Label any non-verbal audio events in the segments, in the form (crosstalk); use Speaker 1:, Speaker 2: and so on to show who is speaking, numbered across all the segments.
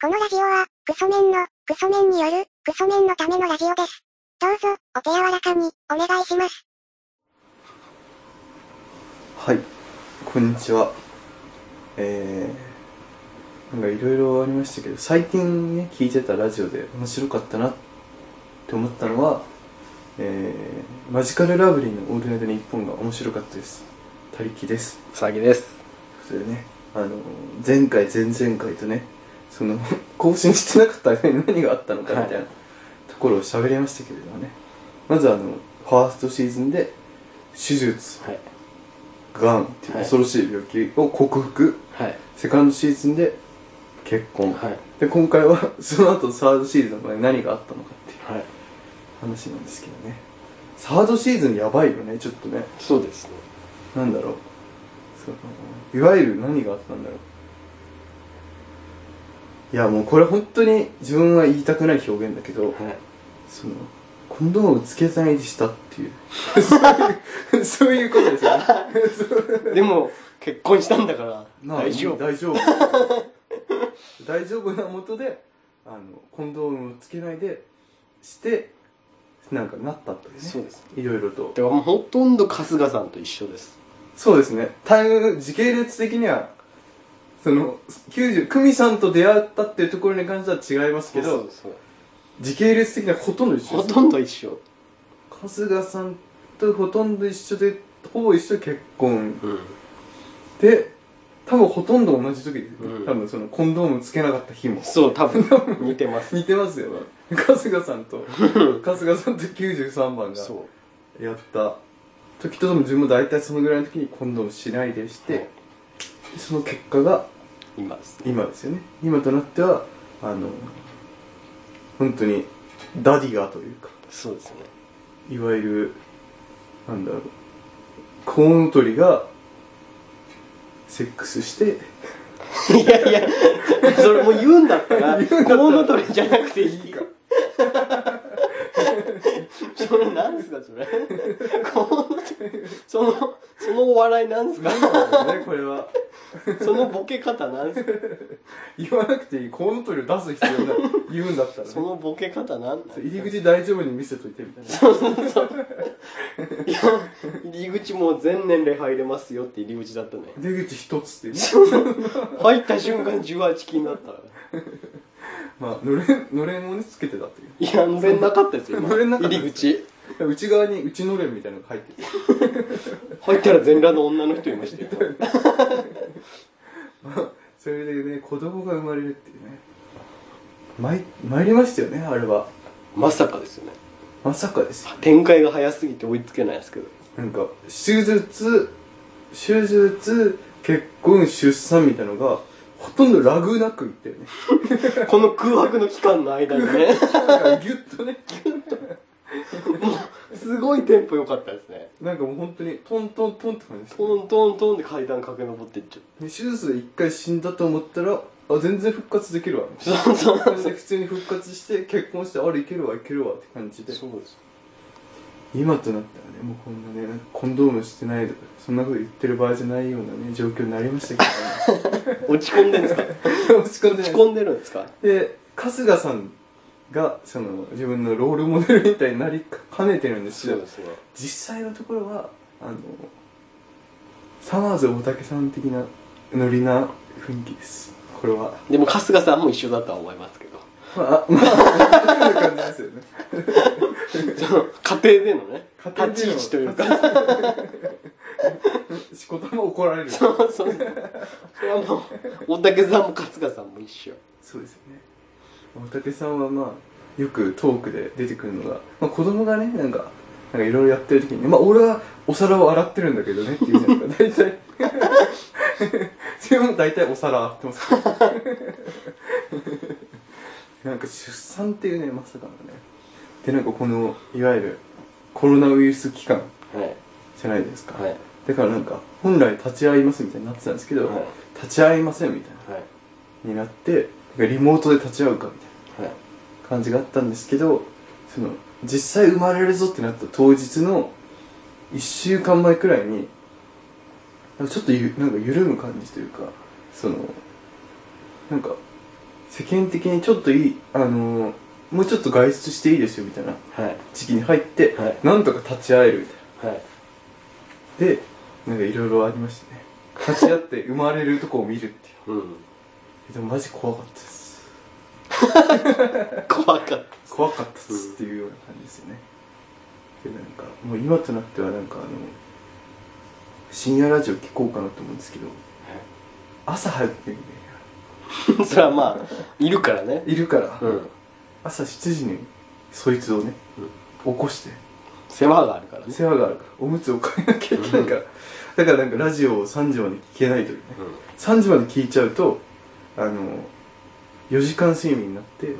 Speaker 1: このラジオは、クソメンの、クソメンによる、クソメンのためのラジオです。どうぞ、お手柔らかに、お願いします。
Speaker 2: はい、こんにちは。えー、なんかいろいろありましたけど、最近ね、聞いてたラジオで面白かったなって思ったのは、えー、マジカルラブリーのオールナイトニッポンが面白かったです。他力です。
Speaker 3: うさぎです
Speaker 2: それでね、あの、前回、前々回とね、その、 (laughs) 更新してなかった間に何があったのかみたいな
Speaker 3: はい
Speaker 2: ところを喋りましたけれどもね、まずあの、ファーストシーズンで、手術、
Speaker 3: はい
Speaker 2: がんっていう恐ろしい病気を克服、
Speaker 3: はい
Speaker 2: セカンドシーズンで結婚、
Speaker 3: はい
Speaker 2: で今回は (laughs) その後サードシーズンまで何があったのかっていう
Speaker 3: はい
Speaker 2: 話なんですけどねサードシーズンやばいよねちょっとね
Speaker 3: そうですね
Speaker 2: なんだろうそのいわゆる何があったんだろういやもうこれ本当に自分は言いたくない表現だけど、
Speaker 3: はい (laughs)
Speaker 2: そのコンドームをつけないでしたっていうそういうそういうことですよねそう
Speaker 3: でも結婚したんだから
Speaker 2: なあ
Speaker 3: 大丈夫
Speaker 2: 大丈夫大丈夫なもとであのコンドームをつけないでしてなんかなったというね
Speaker 3: そうです
Speaker 2: いろいろと
Speaker 3: でもほとんど春日さんと一緒です
Speaker 2: そうですねタイム時系列的にはその90久美さんと出会ったっていうところに関しては違いますけ
Speaker 3: そう
Speaker 2: ど
Speaker 3: そう
Speaker 2: 時系列的にはほとんど一緒
Speaker 3: ほ
Speaker 2: です
Speaker 3: とんど一緒
Speaker 2: 春日さんとほとんど一緒でほぼ一緒で結婚
Speaker 3: うん
Speaker 2: で多分ほとんど同じ時です、ね
Speaker 3: うん
Speaker 2: 多分そのコンドームつけなかった日も
Speaker 3: そう多 (laughs) 分似てます
Speaker 2: 似てますよね春日さん
Speaker 3: (laughs)
Speaker 2: と春日さんと93番が
Speaker 3: そ
Speaker 2: やった時とでも自分も大体そのぐらいの時にコンドームしないでし
Speaker 3: う
Speaker 2: て、
Speaker 3: はい
Speaker 2: その結果が
Speaker 3: 今ですね
Speaker 2: 今ですよね今となってはあの本当にダディがというか
Speaker 3: そうですね
Speaker 2: いわゆるなんだろうコウノトリがセックスして
Speaker 3: いやいや (laughs) それも (laughs) う言うんだったらコウノトリじゃなくていいか (laughs) それなんですかそれコウノトリそのそのお笑いなんですか
Speaker 2: 何なんだ (laughs) ろうねこれは
Speaker 3: そのボケ方なん (laughs) ですか
Speaker 2: 言わなくていいコウノトリを出す必要ない言うんだったらね
Speaker 3: (laughs) そのボケ方なんだ
Speaker 2: 入り口大丈夫に見せといてみたいな
Speaker 3: そうそうそういや入り口もう全年齢入れますよって入り口だったね
Speaker 2: 出口一つってね
Speaker 3: 入った瞬間18金だったから
Speaker 2: まあのれんのれんをねつけてたってい
Speaker 3: いや乗れんなかったですよ今
Speaker 2: 乗れんなかった
Speaker 3: 入り口
Speaker 2: う内側に内のれんみたいなのが入ってて (laughs)
Speaker 3: 入ったら全裸の女の人いましたよ
Speaker 2: それでね子供が生まれるっていうねまい参りましたよねあれは
Speaker 3: まさかですよね
Speaker 2: まさかですよ
Speaker 3: 展開が早すぎて追いつけないですけど
Speaker 2: なんか手術手術結婚出産みたいのがほとんどラグなくいったよね
Speaker 3: この空白の期間の間に (laughs) ね
Speaker 2: なんかギュッとね
Speaker 3: すごいテンポ良かったですね
Speaker 2: なんかもう本当にトントントンって感じです
Speaker 3: トントントンって階段駆け上っていっちゃ
Speaker 2: 手術で一回死んだと思ったらあ全然復活できる (laughs) わ
Speaker 3: うそうそうそう
Speaker 2: で普通に復活して結婚してあれいけるわいけるわって感じで
Speaker 3: そうです
Speaker 2: 今となったらねもうこんなねなんかコンドームしてないとかそんなこと言ってる場合じゃないようなね状況になりましたけ
Speaker 3: 落ち込んでるんですか
Speaker 2: ど、ね、 (laughs) 落ち込んでな
Speaker 3: (laughs) 落
Speaker 2: い
Speaker 3: ち込んでるんですか
Speaker 2: で春日さんがその自分のロールモデルみたいになりかねてるんですけ
Speaker 3: そう
Speaker 2: ど
Speaker 3: ですね
Speaker 2: 実際のところはあのサマーズ大竹さん的なノリな雰囲気ですこれは
Speaker 3: でも春日さんも一緒だとは思いますけど
Speaker 2: まあまあそういう感じですよね
Speaker 3: その家庭でのね
Speaker 2: 家庭での
Speaker 3: 立ち位置というか
Speaker 2: しこたま怒られる
Speaker 3: そうそうそれはもう大竹さんも春日さんも一緒
Speaker 2: そうですよね大竹さんはまあよくトークで出てくるのが、まあ、子供がねなんかなんかいろいろやってる時にね、まあ俺はお皿を洗ってるんだけどねって言うじゃないですか大体自分も大体お皿洗ってますけどなんか出産っていうねまさかのねでなんかこのいわゆるコロナウイルス期間
Speaker 3: はい
Speaker 2: じゃないですか、
Speaker 3: はい
Speaker 2: だからなんか本来立ち会いますみたいになってたんですけど、
Speaker 3: はい
Speaker 2: 立ち会いませんみたいな
Speaker 3: はい
Speaker 2: になってリモートで立ち会うかみたい
Speaker 3: はい
Speaker 2: な感じがあったんですけどその実際生まれるぞってなった当日の1週間前くらいになんかちょっとゆなんか緩む感じというかそのなんか世間的にちょっといいあのーもうちょっと外出していいですよみたいな
Speaker 3: はい
Speaker 2: 時期に入って、
Speaker 3: はい
Speaker 2: なんとか立ち会えるみたい
Speaker 3: はい
Speaker 2: なでなんかいろいろありましたね立ち会って生まれるとこを見るってい
Speaker 3: うん
Speaker 2: うでもマジ怖かったです
Speaker 3: 怖かっ
Speaker 2: 怖かったっすっていうような感じですよねでなんかもう今となってはなんかあの深夜ラジオ聞こうかなと思うんですけど朝早くてみたい
Speaker 3: たそれはまあいるからね
Speaker 2: ないるから、
Speaker 3: うん
Speaker 2: 朝7時にそいつをね、起こして
Speaker 3: 世話があるからね
Speaker 2: 世話があるからおむつを変えなきゃいけないから、だからなんかラジオを3時まで聞けないというね
Speaker 3: う
Speaker 2: 3時まで聞いちゃうとあの4時間睡眠になって、
Speaker 3: ん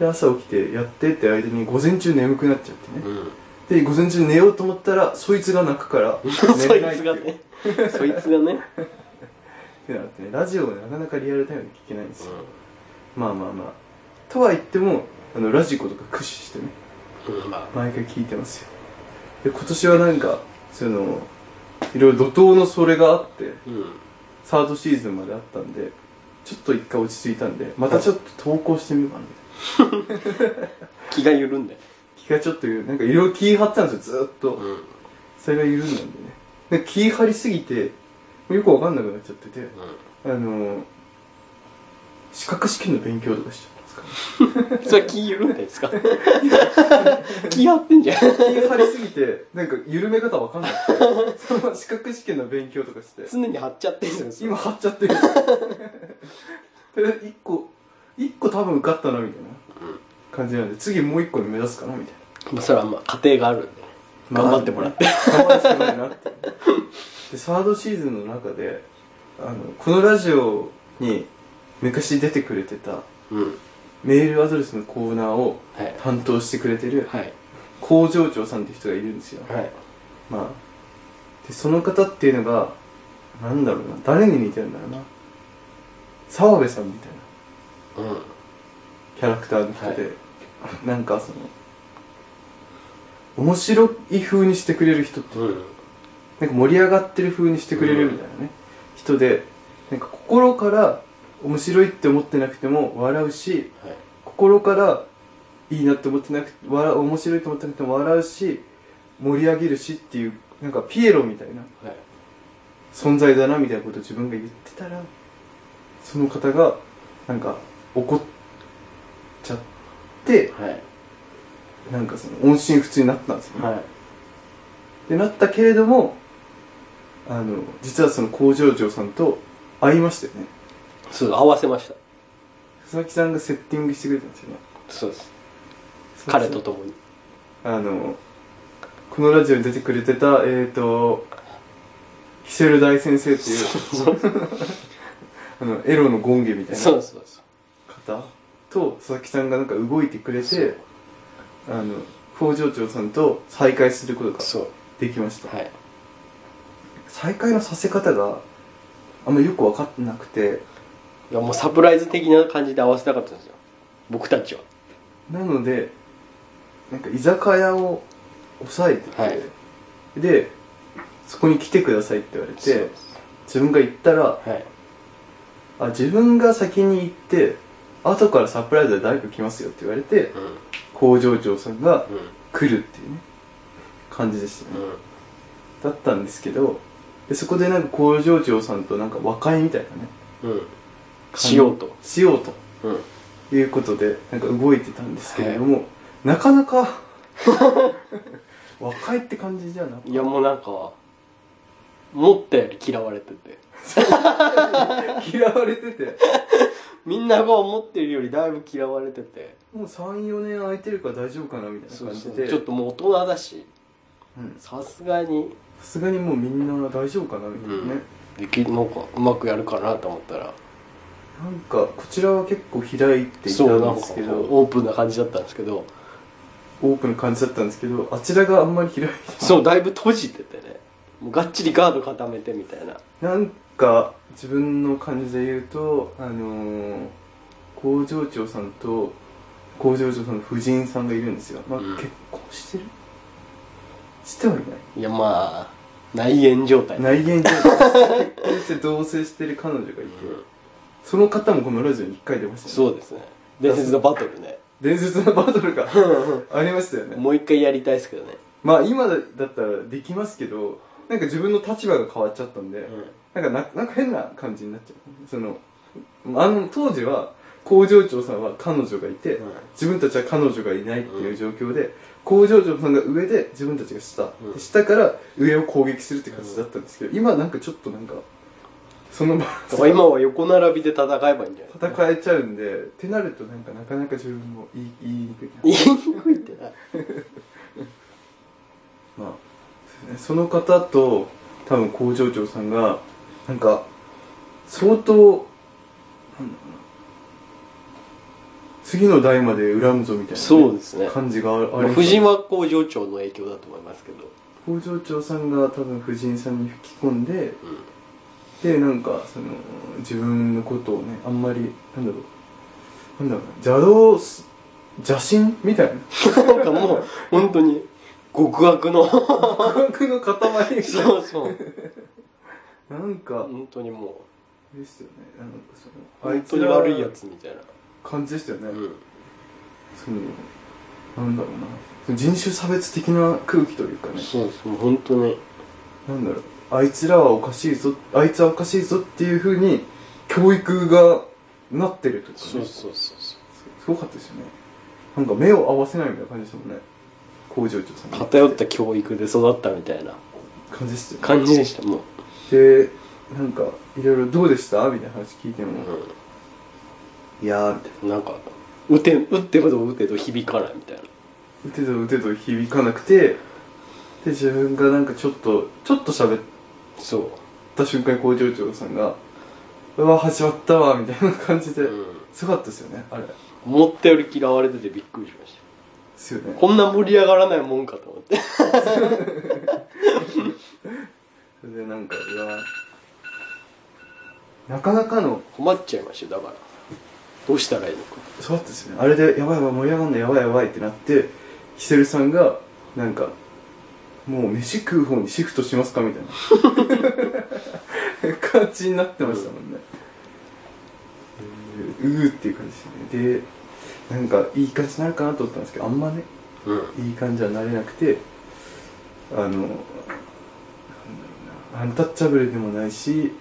Speaker 2: で朝起きてやってって間に午前中眠くなっちゃってね、
Speaker 3: うん
Speaker 2: で午前中寝ようと思ったらそいつが泣くから寝
Speaker 3: (laughs) そ
Speaker 2: れ
Speaker 3: い
Speaker 2: ないって
Speaker 3: つ
Speaker 2: い
Speaker 3: が
Speaker 2: う
Speaker 3: ねそいつがね
Speaker 2: ってなってねラジオをなかなかリアルタイムで聞けないんですよ、まあまあまあとは言ってもあのラジコとか駆使してね
Speaker 3: うんま
Speaker 2: 毎回聞いてますよで今年はなんかそのいろいろ怒涛のそれがあって
Speaker 3: あうん
Speaker 2: サードシーズンまであったんでちょっと一回落ち着いたんでまたちょっと投稿してみようかなみたいな
Speaker 3: 気が緩んで
Speaker 2: 気がちょっと緩いなんかいろいろ気張ってたんですよずーっと、
Speaker 3: うん
Speaker 2: それが緩んだんでねで気張りすぎてよくわかんなくなっちゃっててあのー、資格試験の勉強とかしちゃったんですから
Speaker 3: それは気緩んでんですか気張ってんじゃん
Speaker 2: 気張りすぎてなんか緩め方わかんなくてその資格試験の勉強とかして
Speaker 3: 常に張っちゃってるんですよ
Speaker 2: 今貼っちゃってる (laughs) とりあえず1個1個多分受かったなみたいな感じなんで次もう1個目指すかなみたい
Speaker 3: まあそれはまあ家庭があるんで
Speaker 2: な
Speaker 3: 頑張ってもらって
Speaker 2: まあ頑張るしかないなってでサードシーズンの中であのこのラジオに昔出てくれてた
Speaker 3: うん
Speaker 2: メールアドレスのコーナーを
Speaker 3: はい
Speaker 2: 担当してくれてる
Speaker 3: はい
Speaker 2: 工場長さんって人がいるんですよ、
Speaker 3: はい
Speaker 2: まあでその方っていうのがなんだろうな誰に似てるんだろうな澤部さんみたいな
Speaker 3: うん
Speaker 2: キャラクターの人で、なんかその面白い風にしてくれる人って
Speaker 3: うん
Speaker 2: なんか盛り上がってる風にしてくれるみたいなね、人でなんか心から面白いって思ってなくても笑うし
Speaker 3: はい
Speaker 2: 心からいいなって思ってなくて笑う面白いと思ってなくても笑うし盛り上げるしっていうなんかピエロみたいな
Speaker 3: はい
Speaker 2: 存在だなみたいなことを自分が言ってたらその方がなんか怒っちゃって
Speaker 3: はい
Speaker 2: なんかその音信不通になったんですよね、
Speaker 3: はい
Speaker 2: でなったけれどもあの実はその工場長さんと会いましたよね
Speaker 3: そう合わせました
Speaker 2: 佐々木さんがセッティングしてくれたんですよね
Speaker 3: そうです彼と共に
Speaker 2: あのこのラジオに出てくれてたえっ、ー、とキセル大先生っていう
Speaker 3: そうそう
Speaker 2: (laughs) あのエロの権下みたいな
Speaker 3: そうそう
Speaker 2: 方と佐々木さんがなんか動いてくれ
Speaker 3: そう
Speaker 2: てあの工場長さんと再会することが
Speaker 3: そう
Speaker 2: できました、
Speaker 3: はい
Speaker 2: 再会のさせ方があんまよく分かってなくて
Speaker 3: いやもうサプライズ的な感じで合わせたかったんですよ僕たちは
Speaker 2: なのでなんか居酒屋を押さえてて、
Speaker 3: はい
Speaker 2: でそこに来てくださいって言われ
Speaker 3: そう
Speaker 2: て
Speaker 3: です
Speaker 2: 自分が行ったら
Speaker 3: はい
Speaker 2: あ自分が先に行って後からサプライズで誰か来ますよって言われて
Speaker 3: うん
Speaker 2: 工場長さんが
Speaker 3: うん
Speaker 2: 来るっていうね感じでしたね、
Speaker 3: うん
Speaker 2: だったんですけどでそこでなんか工場長さんとなんか和解みたいなね
Speaker 3: うんしようと
Speaker 2: しようと
Speaker 3: うん
Speaker 2: いうことでなんか動いてたんですけれども、なかなか (laughs) 和解って感じじゃなく
Speaker 3: いやもうなんか思ったより嫌われてて
Speaker 2: 嫌われてて
Speaker 3: みんなが思ってるよりだいぶ嫌われてて
Speaker 2: もう34年空いてるから大丈夫かなみたいな
Speaker 3: そ
Speaker 2: 感
Speaker 3: うそ
Speaker 2: じ
Speaker 3: う
Speaker 2: で
Speaker 3: ちょっともう大人だし
Speaker 2: うん
Speaker 3: さすがに
Speaker 2: さすがにもうみんな大丈夫かなみたいなね、
Speaker 3: できなんかうまくやるかなと思ったら
Speaker 2: なんかこちらは結構開いていた
Speaker 3: そうなんん
Speaker 2: で
Speaker 3: か
Speaker 2: す
Speaker 3: こ
Speaker 2: け
Speaker 3: う
Speaker 2: ど
Speaker 3: オープンな感じだったんですけど
Speaker 2: オープンな感じだったんですけどあちらがあんまり開いて
Speaker 3: そうだいぶ閉じててねもうがっちりガード固めてみたいな
Speaker 2: なんか自分の感じで言うとあのー、工場長さんと工場長さんの夫人さんがいるんですよ、まあ
Speaker 3: うん
Speaker 2: 結婚してるしてはいない
Speaker 3: いやまあ内縁状態
Speaker 2: 内縁状態結婚して同棲してる彼女がいて、
Speaker 3: うん
Speaker 2: その方もこのラジオに1回出ましたよね
Speaker 3: そうですね伝説のバトルね
Speaker 2: 伝説のバトルが (laughs) ありましたよね
Speaker 3: もう一回やりたいですけどね、
Speaker 2: まあ今だったらできますけどなんか自分の立場が変わっちゃったんで、なんかななんか変な感じになっちゃうそのあの当時は工場長さんは彼女がいて、
Speaker 3: うん
Speaker 2: 自分たちは彼女がいないっていう状況で、工場長さんが上で自分たちが下、
Speaker 3: うん
Speaker 2: で下から上を攻撃するって感じだったんですけど、今なんかちょっとなんかその場
Speaker 3: だから今は横並びで戦えばいいんじゃな
Speaker 2: (laughs)
Speaker 3: い
Speaker 2: 戦えちゃうんでってなるとなんかなかなか自分も言い言いにくいな
Speaker 3: 言 (laughs) いにくいって
Speaker 2: ま
Speaker 3: な
Speaker 2: あそうですねその方と多分工場長さんがなんか相当なんだろうな次の代まで恨むぞみたいなね、
Speaker 3: そうですね
Speaker 2: 感じがああります
Speaker 3: 藤間工場長の影響だと思いますけど、
Speaker 2: 工場長さんが多分藤井さんに吹き込んで
Speaker 3: うん
Speaker 2: でなんかその自分のことをねあんまりなんだろうなんだろうな邪道す邪神み
Speaker 3: (laughs)
Speaker 2: たいな
Speaker 3: なんかもう本当に極悪の
Speaker 2: 僕の塊みたいな
Speaker 3: そうそう
Speaker 2: なんか
Speaker 3: 本当にも
Speaker 2: ですよねなんかその
Speaker 3: う本当に悪いやつみたいな、
Speaker 2: 感じでしたよね、
Speaker 3: うん、
Speaker 2: そのなんだろうなその人種差別的な空気というかね
Speaker 3: そうですもう本当に
Speaker 2: なんだろうあいつらはおかしいぞあいつはおかしいぞっていうふうに教育がなってるというか、ね、
Speaker 3: そうそうそうそ
Speaker 2: すごかったですよねなんか目を合わせないみたいな感じでしたもんね工場長さんの
Speaker 3: う偏った教育で育ったみたいな
Speaker 2: 感じでしたよね
Speaker 3: 感じでしたもう、
Speaker 2: でなんかいろいろどうでしたみたいな話聞いても、
Speaker 3: う、
Speaker 2: いやーみたいなん
Speaker 3: なんか打て打ってほど打てど響かないみたいな
Speaker 2: 打てど打てど響かなくてで自分がなんかちょっとちょっと喋っ
Speaker 3: そ
Speaker 2: た瞬間に工場長さんが「うわ始まったわ」みたいな感じで、
Speaker 3: う、うん、
Speaker 2: すごかったですよねあれで
Speaker 3: 思ったより嫌われててびっくりしました
Speaker 2: すよね
Speaker 3: こんな盛り上がらないもんかと思って
Speaker 2: それでなんかいやなかなかの
Speaker 3: 困っちゃいましたよだからどうしたらいいのか
Speaker 2: そうだったですねあれでやばいやばい盛り上がんないやばいやばいってなってヒセルさんがなんかもう飯食う方にシフトしますかみたい
Speaker 3: (laughs)
Speaker 2: な感じになってましたもんねうーうーっていう感じですねでなんかいい感じになるかなと思ったんですけどあんまね
Speaker 3: うん
Speaker 2: いい感じはなれなくてあのなんだろうなアンタッチャブルでもないし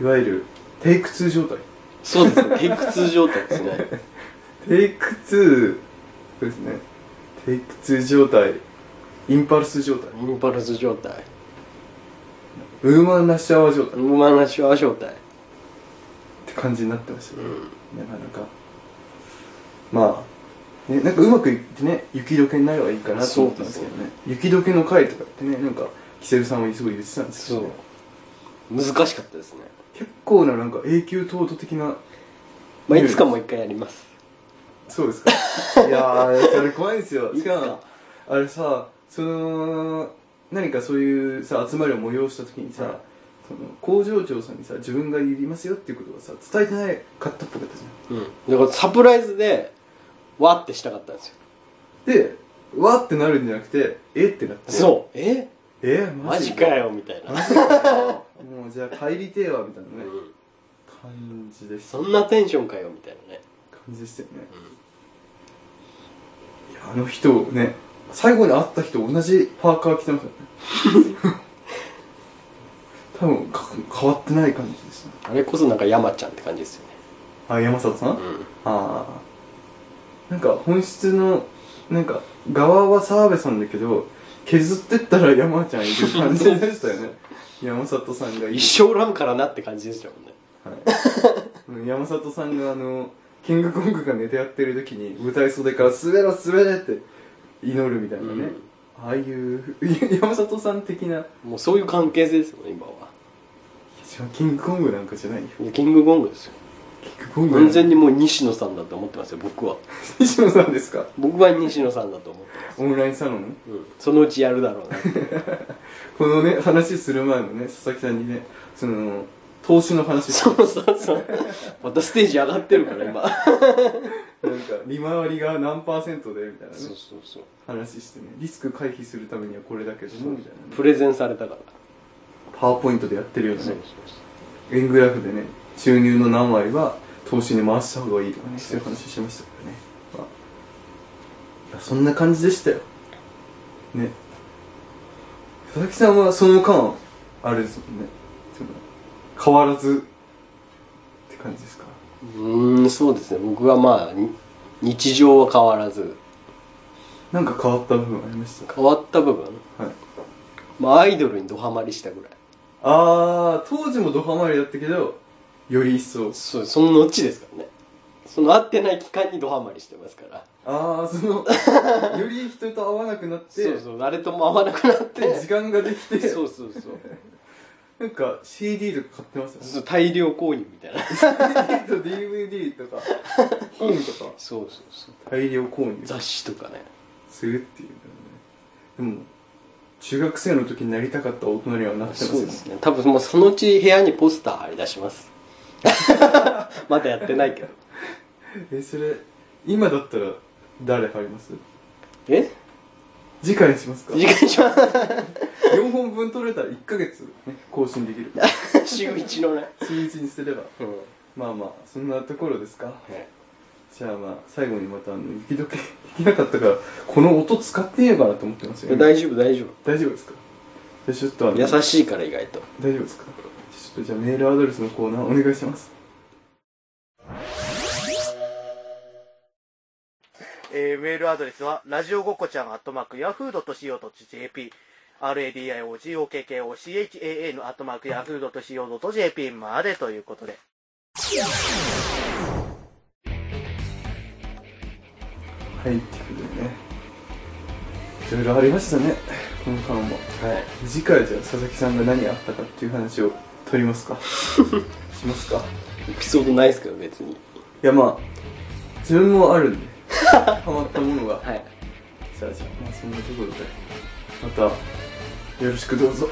Speaker 2: いわゆるテイク2状態
Speaker 3: そうですねテイク2状態ですね
Speaker 2: テイク2そうですねテイク2状態インパルス状態
Speaker 3: インパルス状態
Speaker 2: ウーマンラッシュアワー状態っ
Speaker 3: 馬なしは状態
Speaker 2: て感じになってました
Speaker 3: う
Speaker 2: よ、
Speaker 3: ん
Speaker 2: なかなかまあねなんかうまくいってね雪解けになればいいかなと思ったんですけどね雪解けの回とかってねなんかキセルさんはすごい言ってたんですけ
Speaker 3: そ
Speaker 2: ど、
Speaker 3: う
Speaker 2: ね、
Speaker 3: 難しかったですね、
Speaker 2: 結構ななんか永久凍土的な
Speaker 3: まあ、いつかもう一回やります
Speaker 2: そうですか
Speaker 3: (laughs)
Speaker 2: いやーあれ怖いんですよ
Speaker 3: い
Speaker 2: し
Speaker 3: つか
Speaker 2: かもあれさその何かそういうさ集まりを催した時にさ、
Speaker 3: はい
Speaker 2: その工場長さんにさ自分がいりますよっていうことはさ伝えてないかったっぽかったじ
Speaker 3: うんだからサプライズでわーってしたかったんですよ
Speaker 2: ゃんでわーってなるんじゃなくてえってなってう
Speaker 3: そうえ
Speaker 2: えー、
Speaker 3: マ
Speaker 2: マジ
Speaker 3: ジかよみたいな、
Speaker 2: マジかよもうじゃあ帰りてえわみたいな
Speaker 3: う
Speaker 2: ね、
Speaker 3: ん、
Speaker 2: 感じでした
Speaker 3: そんなテンションかよみたいなね
Speaker 2: 感じでしたよね
Speaker 3: うん
Speaker 2: いやあの人ね最後に会った人同じパーカー着てましたよね多分か変わってない感じでしたね
Speaker 3: あれこそなんか山ちゃんって感じですよね
Speaker 2: あ山里さん、
Speaker 3: うん
Speaker 2: ああなんか本質のなんか側は澤部さんだけど削ってったら山ちゃんいる感じでしたよね山里さんがいる
Speaker 3: 一生おらんからなって感じでしたもんね
Speaker 2: はいうん、山里さんがあのキングコングがネタやってる時に舞台袖から「滑ろ滑れ!」って祈るみたいなね、
Speaker 3: うん
Speaker 2: ああいう (laughs) 山里さん的な
Speaker 3: もうそういう関係性ですもん今は
Speaker 2: キングコングなんかじゃないよ
Speaker 3: いやキングコングですよ
Speaker 2: キングコング
Speaker 3: 完全
Speaker 2: に
Speaker 3: にもう西野さんだと思ってますよ僕は
Speaker 2: 西野さんですか
Speaker 3: 僕は西野さんだと思ってます
Speaker 2: オンラインサロン
Speaker 3: うんそのうちやるだろうなって
Speaker 2: このね話する前もね佐々木さんにねその投資の話
Speaker 3: (laughs) そうそうそう (laughs) またステージ上がってるから (laughs) 今
Speaker 2: なんか利回りが何パーセントでみたいなね
Speaker 3: そうそうそう
Speaker 2: 話してねリスク回避するためにはこれだけどもみたいな
Speaker 3: プ
Speaker 2: ね
Speaker 3: レゼンされたから
Speaker 2: パワーポイントでやってるような
Speaker 3: そうそう
Speaker 2: ね円グラフでね収入の何割は投資に回した方がいいとかねそういう話しましたからね、まあ、そんな感じでしたよね佐々木さんはその間あれですもんねその変わらずって感じですか
Speaker 3: うーんそうですね僕はまあに日常は変わらず
Speaker 2: なんか変わった部分ありました
Speaker 3: 変わった部分、
Speaker 2: はい
Speaker 3: まあ、アイドルにドハマりしたぐらい
Speaker 2: あー当時もドハマりだったけどより一層
Speaker 3: そうその後ですからねその会ってない期間にドハマりしてますから
Speaker 2: ああその
Speaker 3: (laughs)
Speaker 2: より人と会わなくなって
Speaker 3: そうそう誰とも会わなくなって
Speaker 2: 時間ができて
Speaker 3: そうそうそう
Speaker 2: なんか CD とか買ってましたね
Speaker 3: そう大量購入みたいな
Speaker 2: CD と DVD と
Speaker 3: (laughs)
Speaker 2: か本とか
Speaker 3: そうそうそう
Speaker 2: 大量購入
Speaker 3: 雑誌とかね
Speaker 2: するっていうのねでも中学生の時になりたかった大人にはなってます
Speaker 3: そ
Speaker 2: よ
Speaker 3: う
Speaker 2: ね
Speaker 3: ですね多分もうそのうち部屋にポスター貼り出します (laughs) まだやってないけど
Speaker 2: えそれ今だったら誰入ります
Speaker 3: え
Speaker 2: 次回にしますか
Speaker 3: 時間しま
Speaker 2: 4本分取れたら1ヶ月、ね、更新できる
Speaker 3: す週一のね
Speaker 2: 週1にすれば
Speaker 3: うん、
Speaker 2: まあまあそんなところですか
Speaker 3: はい
Speaker 2: じゃあまあ最後にまたあの雪解けできなかったからこの音使っていいのかなと思ってますよ、
Speaker 3: 大丈夫大丈夫
Speaker 2: 大丈夫ですかじゃあちょっとあの大丈
Speaker 3: 優しいから意外と
Speaker 2: 夫ですかちょっとじゃあメールアドレスのコーナーお願いします
Speaker 4: えーメールアドレスは、ラジオごっこちゃん、アットマーク、ヤフードと .co.jp、radiogokkocha のアットマーク、ヤフードと .co.jp までということで。
Speaker 2: はいってことでねいろいろありましたねこの間も
Speaker 3: はい
Speaker 2: 次回じゃあ佐々木さんが何あったかっていう話を取ります (laughs) かしますか
Speaker 3: エピソードないですけど別に
Speaker 2: いやまあ自分もあるん (laughs) でハマったものが
Speaker 3: はい
Speaker 2: じゃあじゃあまあそんなところでまたよろしくどうぞ、